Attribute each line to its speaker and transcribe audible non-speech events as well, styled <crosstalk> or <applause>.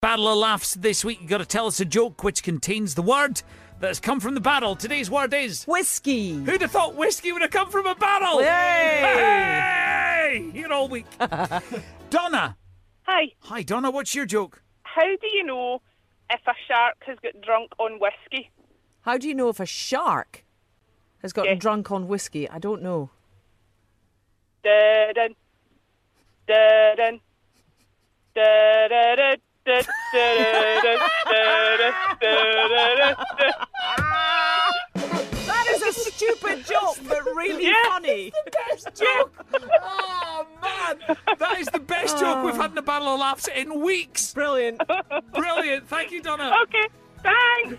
Speaker 1: Battle of Laughs this week. You've got to tell us a joke which contains the word that has come from the battle. Today's word is.
Speaker 2: Whiskey.
Speaker 1: Who'd have thought whiskey would have come from a battle?
Speaker 2: Yay!
Speaker 1: Hey! You're all weak. Donna.
Speaker 3: Hi.
Speaker 1: Hi, Donna. What's your joke?
Speaker 3: How do you know if a shark has got drunk on whiskey?
Speaker 2: How do you know if a shark has gotten
Speaker 3: Yeah.
Speaker 2: drunk on whiskey? I don't know.
Speaker 3: Dun dun dun dun
Speaker 2: That is a stupid joke, but <laughs> really funny.
Speaker 1: Best joke. oh man, that is the best joke we've had in the Battle of Laughs in weeks.
Speaker 2: Brilliant.
Speaker 1: Brilliant. Thank you, Donna.
Speaker 3: Okay, thanks.